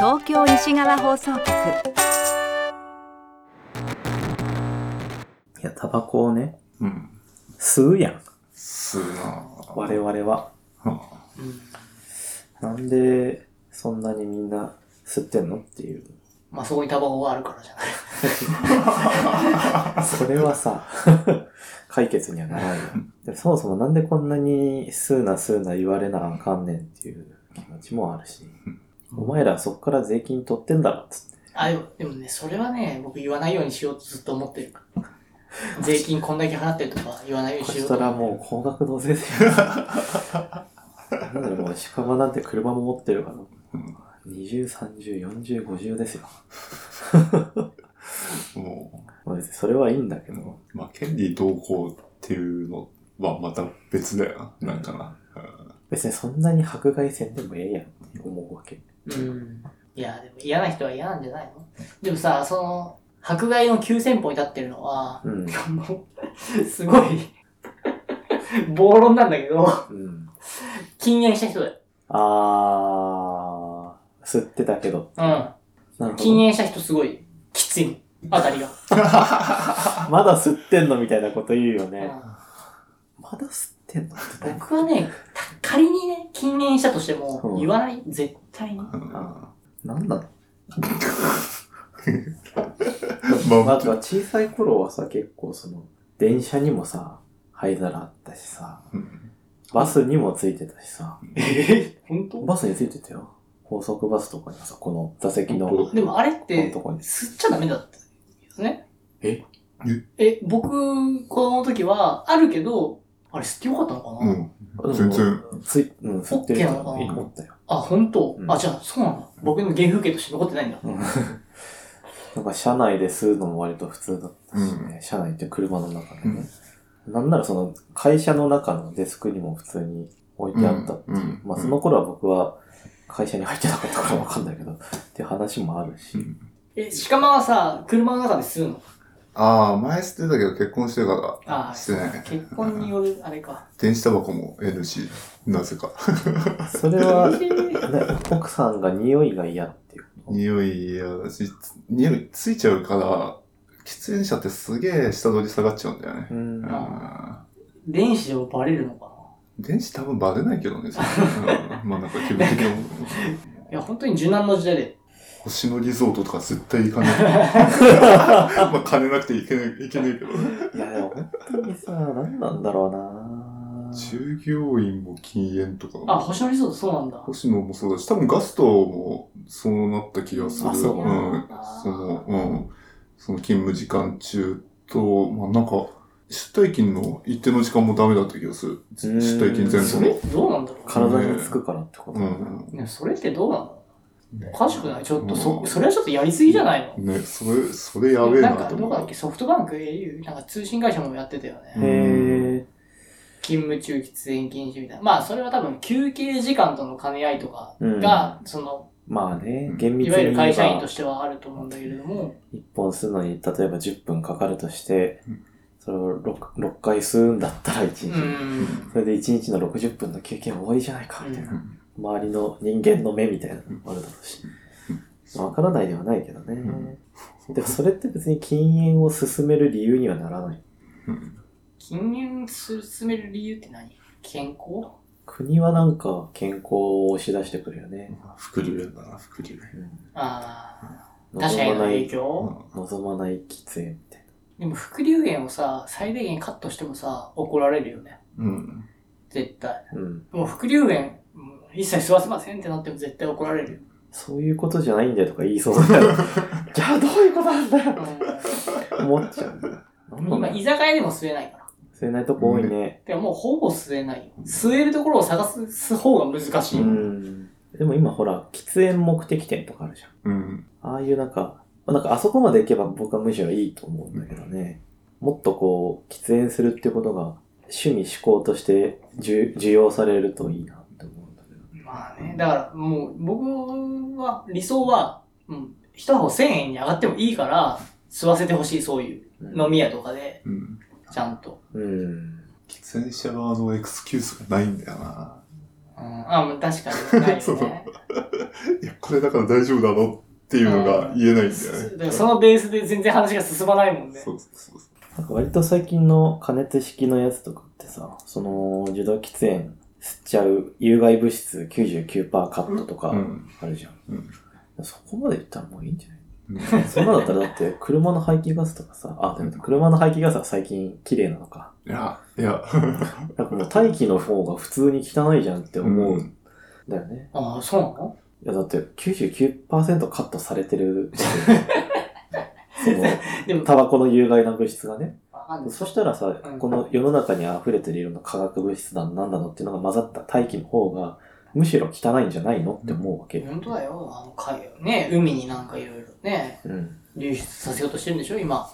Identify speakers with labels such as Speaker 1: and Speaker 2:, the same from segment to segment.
Speaker 1: 西側放送局
Speaker 2: いや、タバコをね、
Speaker 3: うん。
Speaker 2: 吸うやん。
Speaker 3: すなぁ
Speaker 2: 我々は。
Speaker 3: うん
Speaker 2: なんで、そんなにみんな吸ってんのっていう。
Speaker 4: まあそこにタバコがあるからじゃない。
Speaker 2: それはさ、 解決にはならないよ。でもそもそもなんでこんなに吸うな吸うな言われなあかんねんっていう気持ちもあるし。お前らそっから税金取ってんだろっつって。
Speaker 4: あ、でもでもね、それはね、僕言わないようにしようとずっと思ってる。税金こんだけ払ってるとか言わないように
Speaker 2: そ
Speaker 4: しよ
Speaker 2: し
Speaker 4: うと
Speaker 2: た
Speaker 4: 思
Speaker 2: らも
Speaker 4: ってる
Speaker 2: う高額納 税で。なんだろう、もう宿場なんて車も持ってるから。20、30、40、50ですよ。
Speaker 3: も
Speaker 2: まあ別にそれはいいんだけ
Speaker 3: う
Speaker 2: ど。
Speaker 3: まあ、権利同行っていうのはまた別だよな。なんかな。
Speaker 2: 別にそんなに迫害せんでもええやんって思うわけ。
Speaker 4: うん。いや、でも嫌な人は嫌なんじゃないのでもさ、その、迫害の9000歩に立ってるのは、
Speaker 2: うん。
Speaker 4: もうすごい、暴論なんだけど、
Speaker 2: うん。
Speaker 4: 禁煙した人だよ。
Speaker 2: あー、吸ってたけど。
Speaker 4: う
Speaker 2: なる
Speaker 4: ん。
Speaker 2: ほど。
Speaker 4: 禁煙した人すごい、きついの。あたりが。
Speaker 2: まだ吸ってんのみたいなこと言うよ
Speaker 4: う
Speaker 2: ね。
Speaker 4: ん
Speaker 2: まだ吸ってんのってね
Speaker 4: 僕はね、た仮にね、禁煙したとしても
Speaker 2: う、ん
Speaker 4: 言わない、絶対に。
Speaker 3: うん
Speaker 2: あーなん なの
Speaker 3: ま
Speaker 2: ま
Speaker 3: あ
Speaker 2: あ、、小さい頃はさ、結構その、電車にもさ、灰皿あったしさ、
Speaker 3: うん
Speaker 2: バスにもついてたしさ、
Speaker 4: え本
Speaker 2: バスについてたよ。高速バスとかにさ、この座席の、
Speaker 3: こ
Speaker 4: でもあれって
Speaker 2: こ、こに
Speaker 4: 吸っちゃダメだったんですね。
Speaker 2: え
Speaker 4: え、僕、子供の時は、あるけど、あれ吸ってよかったのか
Speaker 3: う
Speaker 4: な、
Speaker 3: うん。全然。
Speaker 2: つい、うん、吸ってると
Speaker 4: オッケーなのかな
Speaker 2: 思ったよ。
Speaker 4: あ、本当、
Speaker 2: うん
Speaker 4: あ、じゃあ、そうなんだ。僕の原風景として残ってないんだ。
Speaker 2: うん なんか車内で吸うのも割と普通だったしね、車内って車の中でね、なんならその会社の中のデスクにも普通に置いてあったっていう、
Speaker 3: うんうん
Speaker 2: まあその頃は僕は会社に入ってなかったからわかんないけど、っていう話もあるし、
Speaker 3: うん
Speaker 4: え、鹿間はさ、車の中で吸うの
Speaker 3: ああ、前捨てたけど結婚してか
Speaker 4: あ
Speaker 3: ら、してない。
Speaker 4: 結婚による、あれか。
Speaker 3: 電子タバコも N し、なぜか。
Speaker 2: それは、ね奥さんが匂いが嫌っていうこと。
Speaker 3: 匂い嫌だし、つ匂いついちゃうから、喫煙者ってすげえ下取り下がっちゃうんだよね
Speaker 2: う。ん
Speaker 3: う、ん
Speaker 4: 電子でもバレるのか
Speaker 3: 電子多分バレないけどね、それうんまあなんか気分的なもの。
Speaker 4: ないや、本当に柔軟の時代で。
Speaker 3: 星野リゾートとか絶対行かない。まあ金なくて行けない、行けないけど。
Speaker 2: いやでも本当にさ、何なんだろうな
Speaker 3: 従業員も禁煙とか。
Speaker 4: あ、星野リゾートそうなんだ。
Speaker 3: 星野もそうだし、多分ガストもそうなった気がする。。
Speaker 2: あそうん
Speaker 3: その、うん。その勤務時間中と、まあなんか、出退勤の一定の時間もダメだった気がする。出
Speaker 2: うん
Speaker 3: 退勤前
Speaker 4: そ
Speaker 3: 後
Speaker 4: れ
Speaker 3: の
Speaker 4: って。どうなんだろう
Speaker 2: 体につくからってこと、
Speaker 3: うん。
Speaker 4: ねそれってどうなのおかしくないちょっと、
Speaker 3: う
Speaker 4: そ、
Speaker 3: ん
Speaker 4: それはちょっとやりすぎじゃないの
Speaker 3: ね、それ、それやべえ
Speaker 4: なん
Speaker 3: な
Speaker 4: か、
Speaker 3: と
Speaker 4: ど
Speaker 3: 思
Speaker 4: こだっ
Speaker 3: う
Speaker 4: け。ソフトバンク au、なんか通信会社もやってたよね。
Speaker 3: うん
Speaker 2: へえ。
Speaker 4: 勤務中喫煙禁止みたいな。まあ、それは多分休憩時間との兼ね合いとか
Speaker 2: うん
Speaker 4: が、その、
Speaker 2: まあね
Speaker 3: う、ん
Speaker 2: 厳密に
Speaker 4: いわゆ
Speaker 2: 言え
Speaker 4: る
Speaker 2: ば
Speaker 4: 会社員としてはあると思うんだけれども、
Speaker 2: 一本吸うのに、例えば10分かかるとして
Speaker 3: うん、
Speaker 2: それを 6, 6回吸うんだったら1
Speaker 4: う
Speaker 2: 日。
Speaker 4: ん。
Speaker 2: それで1日の60分の休憩は終わりじゃないか、みたいな。
Speaker 3: うん
Speaker 2: 周りの人間の目みたいなのもあるだろうし。わからないではないけどね。でもそれって別に禁煙を進める理由にはならない。
Speaker 3: うん
Speaker 4: 禁煙進める理由って何健康
Speaker 2: 国はなんか健康を押し出してくるよね。
Speaker 3: 副流煙だな、副流煙。
Speaker 2: うん
Speaker 4: ああ、他者
Speaker 2: 望
Speaker 4: への
Speaker 2: まな
Speaker 4: 影
Speaker 2: い、
Speaker 4: 響、
Speaker 2: 望まない喫煙みたい
Speaker 4: でも、副流煙をさ、最低限カットしてもさ、怒られるよね。
Speaker 3: うん。
Speaker 4: 絶対。
Speaker 2: な。うん。
Speaker 4: もう、副流煙、うん一切吸わせませんってなっても絶対怒られるよ。
Speaker 2: そういうことじゃないんだよとか言いそうだから じゃあどういうことなんだよ。思っちゃう。
Speaker 4: うん、今、居酒屋でも吸えないから。
Speaker 2: 吸えないとこ多いね。
Speaker 4: でも、もうほぼ吸えないよ。吸えるところを探す吸う方が難しい。
Speaker 2: うん。でも今ほら、喫煙目的店とかあるじゃん。
Speaker 3: うん。
Speaker 2: ああいうなんか、まあなんかあそこまで行けば僕はむしろいいと思うんだけどね。もっとこう、喫煙するっていうことが趣味思考として需需要されるといいなって思うんだけど。
Speaker 4: まあね、だからもう、僕は、理想は、うん、一箱1000円に上がってもいいから、吸わせてほしい、そういう。飲み屋とかで、
Speaker 3: うん。
Speaker 4: ちゃんと。
Speaker 2: うん。
Speaker 3: 喫煙者側のエクスキュースがないんだよな。
Speaker 4: うん、あ、まあ確かに、ないよね。
Speaker 3: いや、これだから大丈夫だろっていうのが言えないんだよね。
Speaker 4: だからそのベースで全然話が進まないもんね。
Speaker 3: そうそうそうそう。
Speaker 2: なんか割と最近の加熱式のやつとかってさ、その受動喫煙吸っちゃう有害物質99%カットとか
Speaker 3: うん。
Speaker 2: あるじゃん。
Speaker 3: うん
Speaker 2: そこまで言ったらもういいんじゃない
Speaker 3: うん
Speaker 2: そんなだったらだって車の排気ガスとかさ、あ、でも車の排気ガスは最近綺麗なのか。
Speaker 3: いや、いや、
Speaker 2: なんかもう大気の方が普通に汚いじゃんって思う
Speaker 3: うん
Speaker 2: だよね。
Speaker 4: ああ、そうなの
Speaker 2: いやだって99%カットされてる。そ の、
Speaker 4: でも、
Speaker 2: タバコの有害な物質がね。
Speaker 4: わかんない
Speaker 2: そしたらさ
Speaker 4: う、ん
Speaker 2: この世の中に溢れてるいろんな化学物質だのなんだのっていうのが混ざった大気の方が、むしろ汚いんじゃないのって思うわけ。
Speaker 4: 本当だよ。あの海をね、海になんかいろいろね、
Speaker 2: うん。
Speaker 4: 流出させようとしてるんでし ょ、今。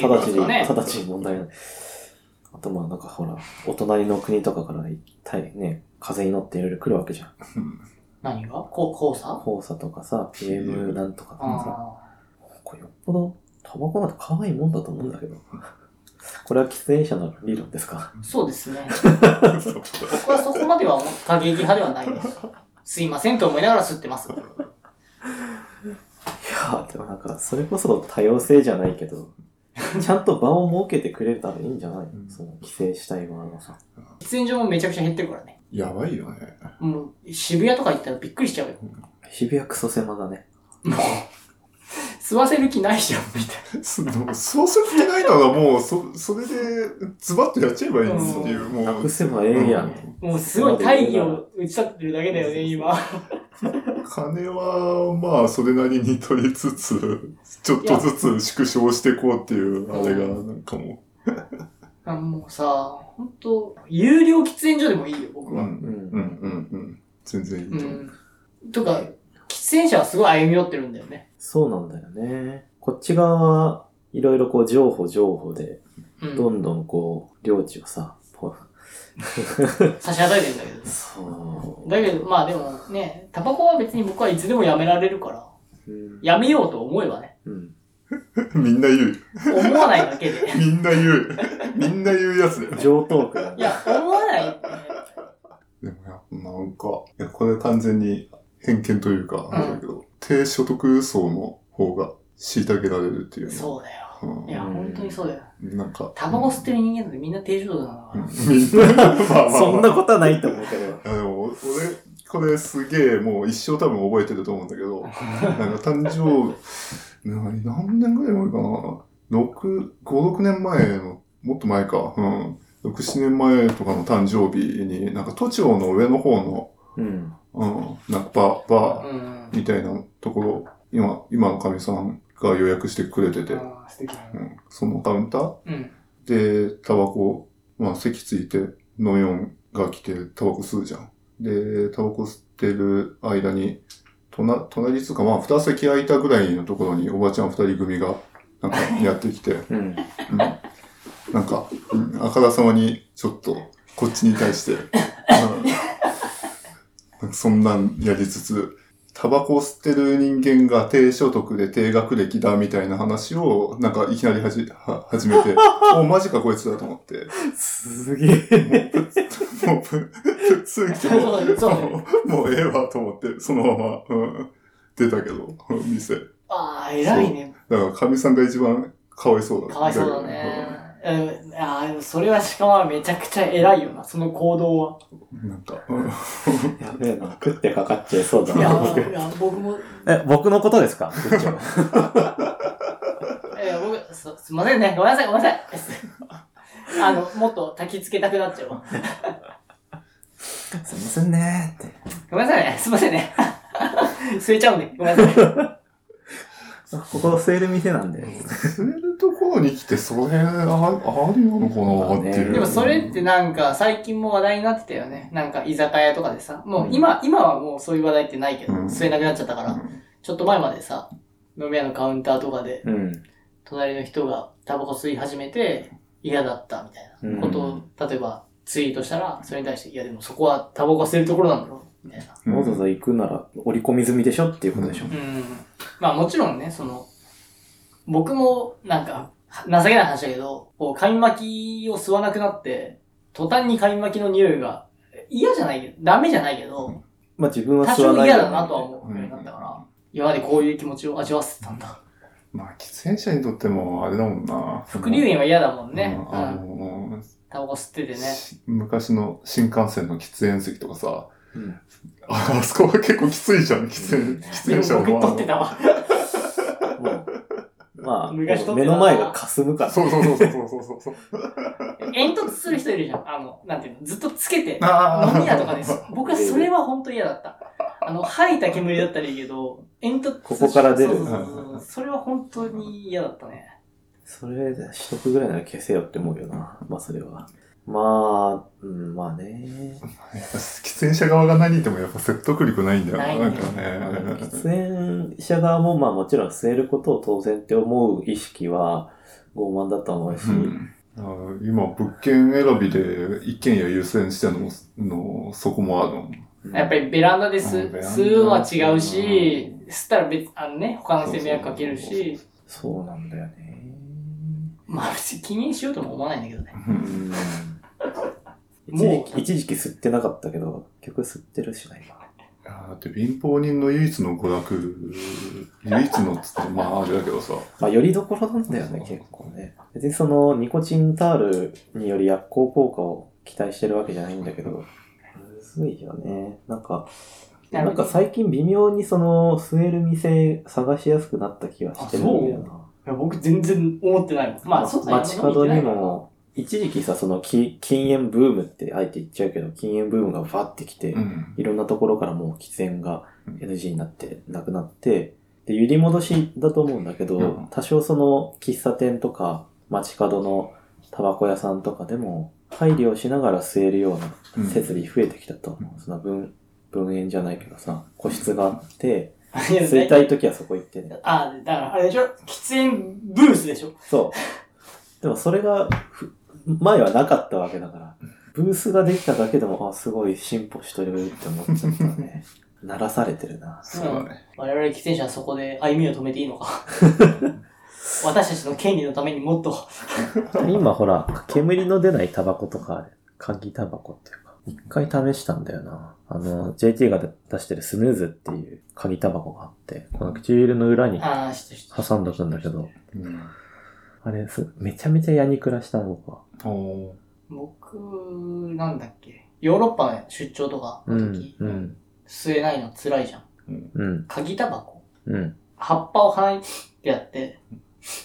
Speaker 2: 直ちに、
Speaker 4: ね。
Speaker 2: 直ちに問題ない。あとまあなんかほら、お隣の国とかからい、たいね、風に乗っていろいろ来るわけじゃん。
Speaker 4: 何がこう、黄砂あ
Speaker 2: 黄砂とかさ、PM なんとかとかさ、
Speaker 4: あ。
Speaker 2: これよっぽどタバコなんて可愛いもんだと思うんだけど。これは喫煙者の理論ですか
Speaker 4: そうですね。
Speaker 3: そう
Speaker 4: 僕はそこまでは過激派ではない です。すいませんと思いながら吸ってます。
Speaker 2: いやーでもなんか、それこそ多様性じゃないけ ど、ちゃんと場を設けてくれたらいいんじゃないのその、規制したい側がさ。
Speaker 4: 喫煙所もめちゃくちゃ減ってるからね。
Speaker 3: やばいよね。
Speaker 4: もう、渋谷とか行ったらびっくりしちゃうよ。
Speaker 2: 渋谷クソ狭だね。
Speaker 4: もう、吸わせる気ないじゃん、みたい
Speaker 3: そそうする気ないならもう、そ、それで、ズバッとやっちゃえばいいっていう、もう。
Speaker 2: なくせばええやん。
Speaker 4: な。もうすごい大義を打ち立ってるだけだよね、今。
Speaker 3: 金は、まあ、それなりに取りつつ、ちょっとずつ縮小していこうっていう、あれが、なんかも
Speaker 4: あもうさ、ほんと、有料喫煙所でもいいよ、
Speaker 3: う。
Speaker 4: 僕
Speaker 3: う。
Speaker 4: は。
Speaker 2: うん。
Speaker 3: うんんうんうん。全然いいと
Speaker 4: う
Speaker 3: 思う。
Speaker 4: ん。とか、喫煙者はすごい歩み寄ってるんだよね。
Speaker 2: そうなんだよね。こっち側はいろいろこう、情報情報で、
Speaker 4: う
Speaker 2: ど
Speaker 4: ん。
Speaker 2: んどんこう、領地をさ、こう
Speaker 4: 差し与えてんだけどね。
Speaker 2: そ
Speaker 4: だけど、まあでもね、タバコは別に僕はいつでもやめられるから、
Speaker 2: う。うん。
Speaker 4: やめようと思えばね、
Speaker 2: うん。
Speaker 3: みんな言う。
Speaker 4: 思わないだ けで。
Speaker 3: みんな言う。みんな言うやつだよ。
Speaker 2: 上等句だ
Speaker 4: い
Speaker 2: ね。
Speaker 4: や、思わないってね。
Speaker 3: でもやっぱなんか、いや、これ完全に偏見というか、あれだけど、低所得層の方が虐げられるっていうの。
Speaker 4: そうだよ。
Speaker 3: うん
Speaker 4: いや、本当にそうだよ。
Speaker 3: なんか。
Speaker 4: タバコ吸ってる人間ってみんな低所得なのか
Speaker 3: うん
Speaker 4: な。
Speaker 3: みんな、まあまあまあ
Speaker 2: そんなことはないと思うけど。
Speaker 3: いやでも、俺、これすげえ、もう一生多分覚えてると思うんだけど、なんか誕生、何何年ぐらい前かな ?6、5、6年前の、もっと前か、うん。6、7年前とかの誕生日に、なんか都庁の上の方の、
Speaker 2: うん。
Speaker 3: うん、なんかバー、バー、
Speaker 4: うん。
Speaker 3: みたいなところ、今、今のかみさんが予約してくれてて、う
Speaker 4: あー素敵だね
Speaker 3: ん、そのカウンター
Speaker 4: うん。
Speaker 3: で、タバコ、まあ、席ついて、ノヨンが来て、タバコ吸うじゃん。で、タバコ吸ってる間に、隣、隣っつうか、まあ、二席空いたぐらいのところに、おばちゃん二人組が、なんか、やってきて、うん、
Speaker 2: うん。
Speaker 3: なんか、うん、あからさまに、ちょっと、こっちに対して、うんなんかそんなんやりつつ、タバコ吸ってる人間が低所得で低学歴だみたいな話を、なんかいきなりはじ、は、始めて、お、マジかこいつだと思って。
Speaker 2: すげえ。
Speaker 3: もう、ぶ普通にも
Speaker 4: そうそう
Speaker 3: う、もうええわと思って、そのまま、うん、出たけど、うん店。だ
Speaker 4: ああ、偉いね。
Speaker 3: から、かみさんが一番かわいそうだ
Speaker 4: かわいそうだね。うん、ああ、でもそれはしかもめちゃくちゃ偉いよな、その行動は。
Speaker 3: うんなんか、うん
Speaker 2: やべえな。食ってかかっちゃいそうだ
Speaker 4: いや
Speaker 2: な。
Speaker 4: ー、いや僕も、
Speaker 2: え、僕のことですか部長
Speaker 4: えー、僕す、すいませんね。ごめんなさい、ごめんなさい。あの、もっと焚き付けたくなっちゃうわ。
Speaker 2: すいませんねーって。
Speaker 4: ごめんなさいね。 すいませんね。吸えちゃうんで、ごめんなさい。
Speaker 2: ここセール店なんで。
Speaker 3: 吸えるところに来て、それ、ああるのかなっていう。
Speaker 4: でもそれってなんか、最近も話題になってたよね。なんか、居酒屋とかでさ。もう今、今はもうそういう話題ってないけど、
Speaker 3: うん
Speaker 4: 吸えなくなっちゃったから。ちょっと前までさ、飲み屋のカウンターとかで、
Speaker 2: うん。
Speaker 4: 隣の人がタバコ吸い始めて嫌だったみたいなことを、例えばツイートしたら、それに対して、いやでもそこはタバコ吸えるところなんだろうみたいな。
Speaker 3: うん
Speaker 2: わざわざ行くなら折り込み済みでしょっていうことでしょ
Speaker 4: う。ん。まあもちろんね、その、僕もなんか、情けない話だけど、こう、紙巻きを吸わなくなって、途端に紙巻きの匂いが、嫌じゃないけど、ダメじゃないけど、
Speaker 2: まあ自分は
Speaker 4: 多
Speaker 2: 吸わ
Speaker 4: 少
Speaker 2: ない
Speaker 4: 嫌
Speaker 2: よね
Speaker 4: だなとは思うようになったから、今までこういう気持ちを味わわせてたんだ。
Speaker 3: まあ、喫煙者にとっても、あれだもんな。
Speaker 4: 副流煙は嫌だもんね。
Speaker 3: う
Speaker 4: うん
Speaker 3: あ
Speaker 4: ん。
Speaker 3: の
Speaker 4: タバコ吸っててね。
Speaker 3: し昔の新幹線の喫煙席とかさ、
Speaker 2: うん
Speaker 3: ああそこは結構きついじゃん、喫煙、喫
Speaker 4: でも
Speaker 3: 煙者
Speaker 4: 僕
Speaker 3: の
Speaker 4: 取ってたわ。
Speaker 2: もう、 まあ、
Speaker 4: 昔撮ってたな
Speaker 2: 目の前が霞むから。
Speaker 3: そうそうそうそうそうそう そう。
Speaker 4: 煙突する人いるじゃん。あの、なんていうの、ずっとつけて。
Speaker 3: あー
Speaker 4: 飲み屋とかです。 僕はそれは本当嫌だった。あの、吐いた煙だったらいいけど、煙突
Speaker 2: ここから出る
Speaker 4: そうそうそうそうそれは本当に嫌だったね。
Speaker 2: それで取得ぐらいなら消せよって思うよな。まあ、それは。まあ、うん、まあね。
Speaker 3: やっぱ喫煙者側が何言ってもやっぱ説得力ないんだよ
Speaker 4: ない
Speaker 3: な、な
Speaker 4: ね
Speaker 3: んかね。
Speaker 2: 喫煙者側も、まあもちろん吸えることを当然って思う意識は傲慢だと思うし、
Speaker 3: うんあの今、物件選びで一軒家優先してのも、の、そこもあるもん。
Speaker 4: やっぱりベランダで
Speaker 3: う
Speaker 4: 吸
Speaker 3: ん
Speaker 4: う
Speaker 3: ベランダ
Speaker 4: 吸うは違うし
Speaker 3: う、
Speaker 4: 吸ったら別、あのね、他の人に迷惑かける
Speaker 3: そうそう
Speaker 4: し、
Speaker 2: そうなんだよね。
Speaker 4: まあ別に禁煙しようとも思わないんだけどね。
Speaker 2: うん一時
Speaker 4: もう
Speaker 2: 期一時期吸ってなかったけど、結局吸ってるしな、今。
Speaker 3: いやーだって貧乏人の唯一の娯楽、唯一のっつって、まああれだけどさ。
Speaker 2: まあ、よりどころなんだよね、結構ね。別にその、ニコチンタールにより薬効効果を期待してるわけじゃないんだけど、むずいよね。なんか、
Speaker 4: なる
Speaker 2: な
Speaker 4: ほ
Speaker 2: ん
Speaker 4: ど
Speaker 2: か最近微妙にその、吸える店探しやすくなった気がしてるんだよ
Speaker 4: あ
Speaker 2: な。
Speaker 4: いや僕全然思ってないもん。まあ、外に
Speaker 2: 街角に。も、一時期さ、その、き禁煙ブームって、あえて言っちゃうけど、禁煙ブームがバってきて、
Speaker 3: うん。
Speaker 2: いろんなところからもう喫煙が NG になって、なくなって、で、揺り戻しだと思うんだけど、
Speaker 3: うん
Speaker 2: 多少その喫茶店とか街角のタバコ屋さんとかでも配慮をしながら吸えるような設備増えてきたと思う。その分、分煙じゃないけどさ、個室があって、
Speaker 4: いや
Speaker 2: 吸いたい時はそこ行ってね。
Speaker 4: あ、だからあれでしょ喫煙ブースでしょ
Speaker 2: そう。でもそれがふ、前はなかったわけだから、ブースができただけでも、あ、すごい進歩してるって思っちゃったね。 鳴らされてるな。
Speaker 3: そうだね。
Speaker 4: 我々喫煙者はそこで歩みを止めてい いのか。私たちの権利のためにもっと。
Speaker 2: 今ほら、煙の出ないタバコとかある、鍵タバコっていうか、一回試したんだよな。あの、JT が出してるスヌーズっていう鍵タバコがあって、この唇の裏に
Speaker 4: ああ、知ってる知ってる
Speaker 2: 挟んどくんだけど、
Speaker 3: うん。
Speaker 2: あれす、めちゃめちゃやにくらした僕は。
Speaker 3: おー
Speaker 4: 僕、なんだっけ。ヨーロッパの出張とか
Speaker 2: う
Speaker 4: の
Speaker 2: ん
Speaker 4: 時、、
Speaker 2: うん、
Speaker 4: 吸えないの辛いじゃん。
Speaker 2: うん、
Speaker 4: 鍵タバコ
Speaker 2: うん。
Speaker 4: 葉っぱを鼻にってやって。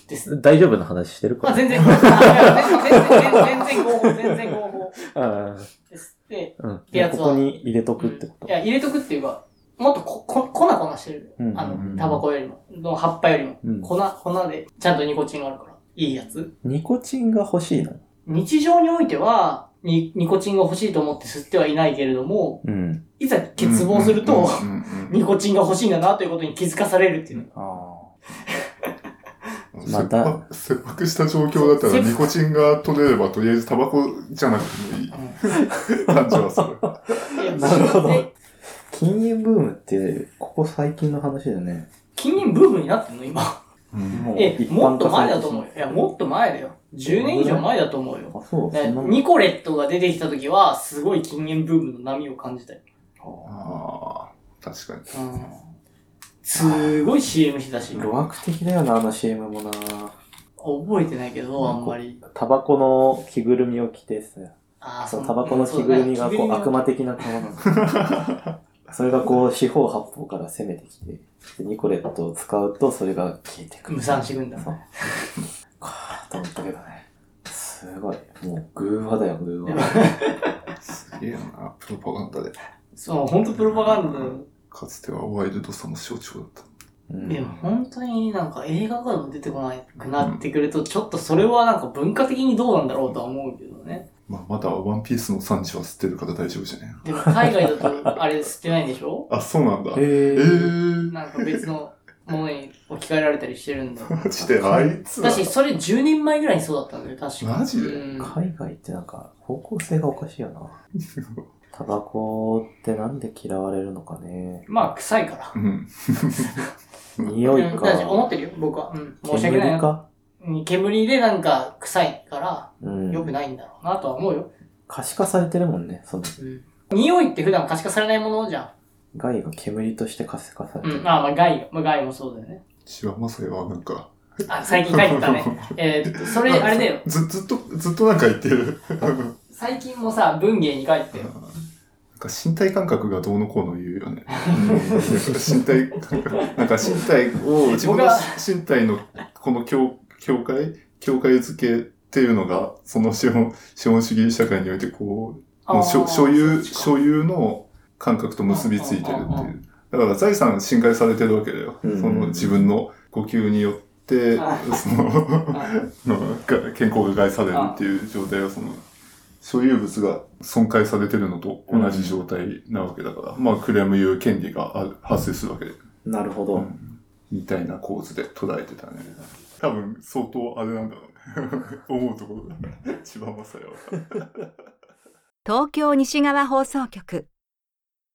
Speaker 4: です。
Speaker 2: 大丈夫な話してる
Speaker 4: ま
Speaker 2: から。
Speaker 4: あ 全然、全然、全然、全然合法、全然合法。
Speaker 2: ああ、
Speaker 4: です。で、
Speaker 2: うん。
Speaker 4: いや
Speaker 2: ここに入れとくってこ
Speaker 4: う
Speaker 2: と
Speaker 4: んい。や、入れとくっていうか、もっとこ、こ、粉粉してる。
Speaker 2: うん
Speaker 4: あ
Speaker 3: うん
Speaker 4: の、タバコよりも、の葉っぱよりも、
Speaker 2: うん
Speaker 4: 粉、粉で、ちゃんとニコチンがあるから、いいやつ。
Speaker 2: ニコチンが欲しいの
Speaker 4: 日常においては、に、ニコチンが欲しいと思って吸ってはいないけれども、
Speaker 2: うん。
Speaker 4: いざ欠乏すると、
Speaker 3: うんうんうん
Speaker 4: ニコチンが欲しいんだなということに気づかされるっていう。
Speaker 2: あ
Speaker 3: うん
Speaker 2: また
Speaker 3: 切迫切迫した状況だったら、ニコチンが取れれば、とりあえずタバコじゃなくてもいい感じはする。
Speaker 2: なるほど
Speaker 4: で
Speaker 2: あ。禁煙ブームって、ここ最近の話だよね。
Speaker 4: 禁煙ブームになってんの今。
Speaker 3: うん
Speaker 2: もう
Speaker 4: え、
Speaker 2: 一
Speaker 4: も
Speaker 2: 般
Speaker 4: っと
Speaker 2: 化さ
Speaker 4: 前
Speaker 2: れ
Speaker 4: だ
Speaker 2: て
Speaker 4: と
Speaker 2: しま
Speaker 4: 思うよ。いや、もっと前だよ。10年以上前だと思うよ。
Speaker 2: あ、そう。
Speaker 4: ね
Speaker 2: そんなもん
Speaker 4: ニコレットが出てきた時は、すごい禁煙ブームの波を感じたよ。
Speaker 3: ああ、確かに。
Speaker 4: うん。すごい CM してたし、
Speaker 2: 露悪的だよな、あの CM もな。
Speaker 4: 覚えてないけど、あんまり。
Speaker 2: タバコの着ぐるみを着てさ、
Speaker 4: ああ、
Speaker 2: そ
Speaker 4: ん
Speaker 2: のタバコの着ぐるみがこう悪魔。的な顔なんだ よそれがこう四方八方から攻めてきて、ニコレットを使うとそれが消えてくる。
Speaker 4: 無産してくんだ
Speaker 2: そう。かぁ、と思ったけどね。すごい。もう、偶話だよ、偶話。
Speaker 3: すげえな、プロパガンダで。
Speaker 4: そう、ほんとプロパガンダだよ。
Speaker 3: かつてはワイルドさの象徴だった。
Speaker 2: うん
Speaker 4: でも本当になんか映画からも出てこなくなってくると、ちょっとそれはなんか文化的にどうなんだろうとは思うけ どね。
Speaker 3: まあ、まだワンピースの産地は吸ってるから大丈夫じゃね
Speaker 4: でも海外だとあれ吸ってないんでしょ
Speaker 3: あ、そうなんだ。
Speaker 2: え
Speaker 3: え
Speaker 2: ー、
Speaker 3: ー。
Speaker 4: なんか別のものに置き換えられたりしてる んだ。
Speaker 3: マジで、あいつら
Speaker 4: 確かにそれ10年前ぐらいにそうだったんだよ、確か
Speaker 3: マジで
Speaker 4: うん
Speaker 2: 海外ってなんか方向性がおかしいよ な。タバコってなんで嫌われるのかね。
Speaker 4: まあ、臭いから。
Speaker 3: うん。
Speaker 2: 匂い
Speaker 4: うんだし思っ
Speaker 2: か。
Speaker 4: てるよ、僕は。うん、申し訳ない
Speaker 2: 煙
Speaker 4: な。
Speaker 2: か。
Speaker 4: 煙でなんか臭いから、
Speaker 2: うん。
Speaker 4: 良くないんだろうなとは思うよ。
Speaker 2: 可視化されてるもんね、その。
Speaker 4: うん。匂いって普段可視化されないものじゃん。
Speaker 2: 害が煙として活性化されて
Speaker 4: う
Speaker 2: る
Speaker 4: ん。。あ、まあ、ガイ、まあ、ガイもそうだよね。
Speaker 3: シワマサイはなんか。
Speaker 4: あ、最近書い てたね。えーっと、それ、あれだよ。
Speaker 3: ず、ずっと、ずっとなんか言って る。
Speaker 4: 最近もさ、文芸に書いてたよ。
Speaker 3: なんか身体感覚がどうのこうの言うよね。身体感覚、なんか身体を、自分の身体のこの境境界境界付けっていうのが、その資本資本主義社会においてこう、もう所所有、所有の感覚と結びついてる
Speaker 4: うんうん
Speaker 3: っ
Speaker 4: うん
Speaker 3: て
Speaker 4: う
Speaker 3: いう。だから財産侵害されてるわけだよ。そ
Speaker 2: うん
Speaker 3: の自分の呼吸によって、そ
Speaker 4: あ
Speaker 3: の、
Speaker 4: 有。
Speaker 3: うんが健康が害されるっていう状態はその所有物が損壊されてるのと同じ状態なわけだから、まあクレーム言う権利がある発生するわけで、
Speaker 2: なるほど。
Speaker 3: みたいな構図で捉えてたね多分相当あれなんだろうね 思うところだね千葉雅也は。
Speaker 1: 東京西側放送局